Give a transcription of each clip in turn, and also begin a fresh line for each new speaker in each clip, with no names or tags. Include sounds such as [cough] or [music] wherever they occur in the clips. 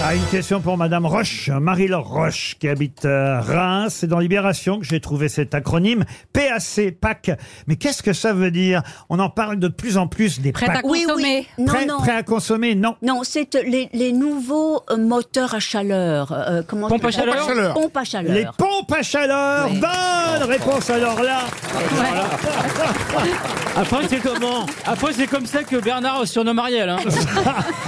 Ah, une question pour Madame Roche, Marie-Laure Roche, qui habite euh, Reims. C'est dans Libération que j'ai trouvé cet acronyme PAC, PAC. Mais qu'est-ce que ça veut dire On en parle de plus en plus des
Prêt à
PAC.
cou- Consommer.
Prêt,
Non, non.
prêt à consommer, non.
Non, c'est euh, les, les nouveaux euh, moteurs à chaleur. euh, comment
Pompe à
ça s'appelle
chaleur
Pompe à chaleur.
Les pompes à chaleur.
Oui. Oh.
Bonne réponse alors là.
Après, c'est comment Après, c'est comme ça que Bernard surnomme Ariel. hein. [laughs]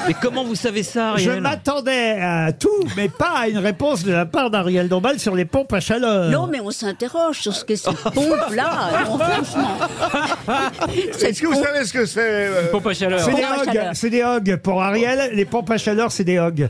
Mais comment vous savez ça,
Je m'attendais à tout, mais pas à une réponse de la part d'Ariel Dombal sur les pompes à chaleur.
Non, mais on s'interroge sur ce que ces pompes-là. non, franchement.
Est-ce que vous savez ce que c'est euh,
Pompe à chaleur.
C'est des
Pompes à
hogs,
chaleur.
c'est des hogs. Pour Ariel, les pompes à chaleur, c'est des hogs.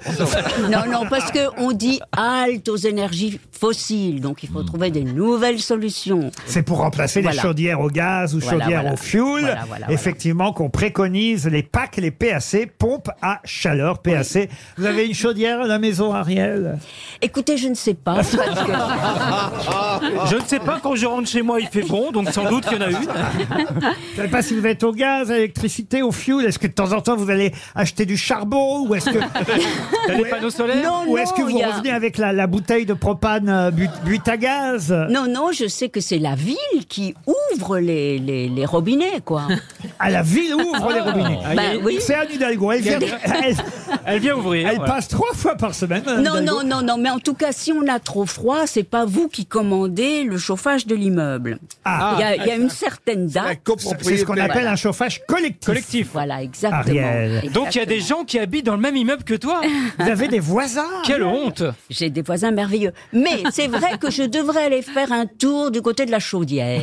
Non, non, parce qu'on dit halte aux énergies fossiles. Donc il faut trouver des nouvelles solutions.
C'est pour remplacer les
Voilà.
chaudières au gaz ou
Voilà,
chaudières
voilà.
au fuel.
Voilà, voilà,
Effectivement, qu'on préconise les packs, les PAC, pompes à chaleur, PAC. Vous avez une chaudière à la maison, Ariel
Écoutez, je ne sais pas. parce que-
Je ne sais pas quand je rentre chez moi, il fait bon, donc sans doute qu'il y en a une.
Je ne sais pas si vous êtes au gaz, à l'électricité, au fuel. Est-ce que de temps en temps, vous allez acheter du charbon ou
[laughs]
est-ce que,
T'as des panneaux solaires
Non,
ou est-ce que
Oh non,
vous
il y a-
revenez avec la, la bouteille de propane euh, but- butte à gaz
Non, non, je sais que c'est la ville qui ouvre les, les, les robinets, quoi.
À la ville ouvre les robinets.
Ah, il y a-
ben oui.
C'est Anne Hidalgo. Elle, vient- elle-
Elle vient ouvrir.
elle
voilà.
passe trois fois par semaine. hein, Anne
Non,
Hidalgo.
non, non, non, mais en tout cas, si on a trop froid, c'est pas vous qui commandez le chauffage de l'immeuble.
Ah.
Il y a- il y, a une certaine
la
date.
C'est
copropriété
ce qu'on appelle un chauffage collectif.
Collectif.
Voilà, exactement.
Ariel.
Donc il y a des
Exactement.
gens qui habitent dans le même immeuble que toi.
Vous avez des voisins
Quelle honte
J'ai des voisins merveilleux. Mais c'est vrai que je devrais aller faire un tour du côté de la
Ah.
chaudière.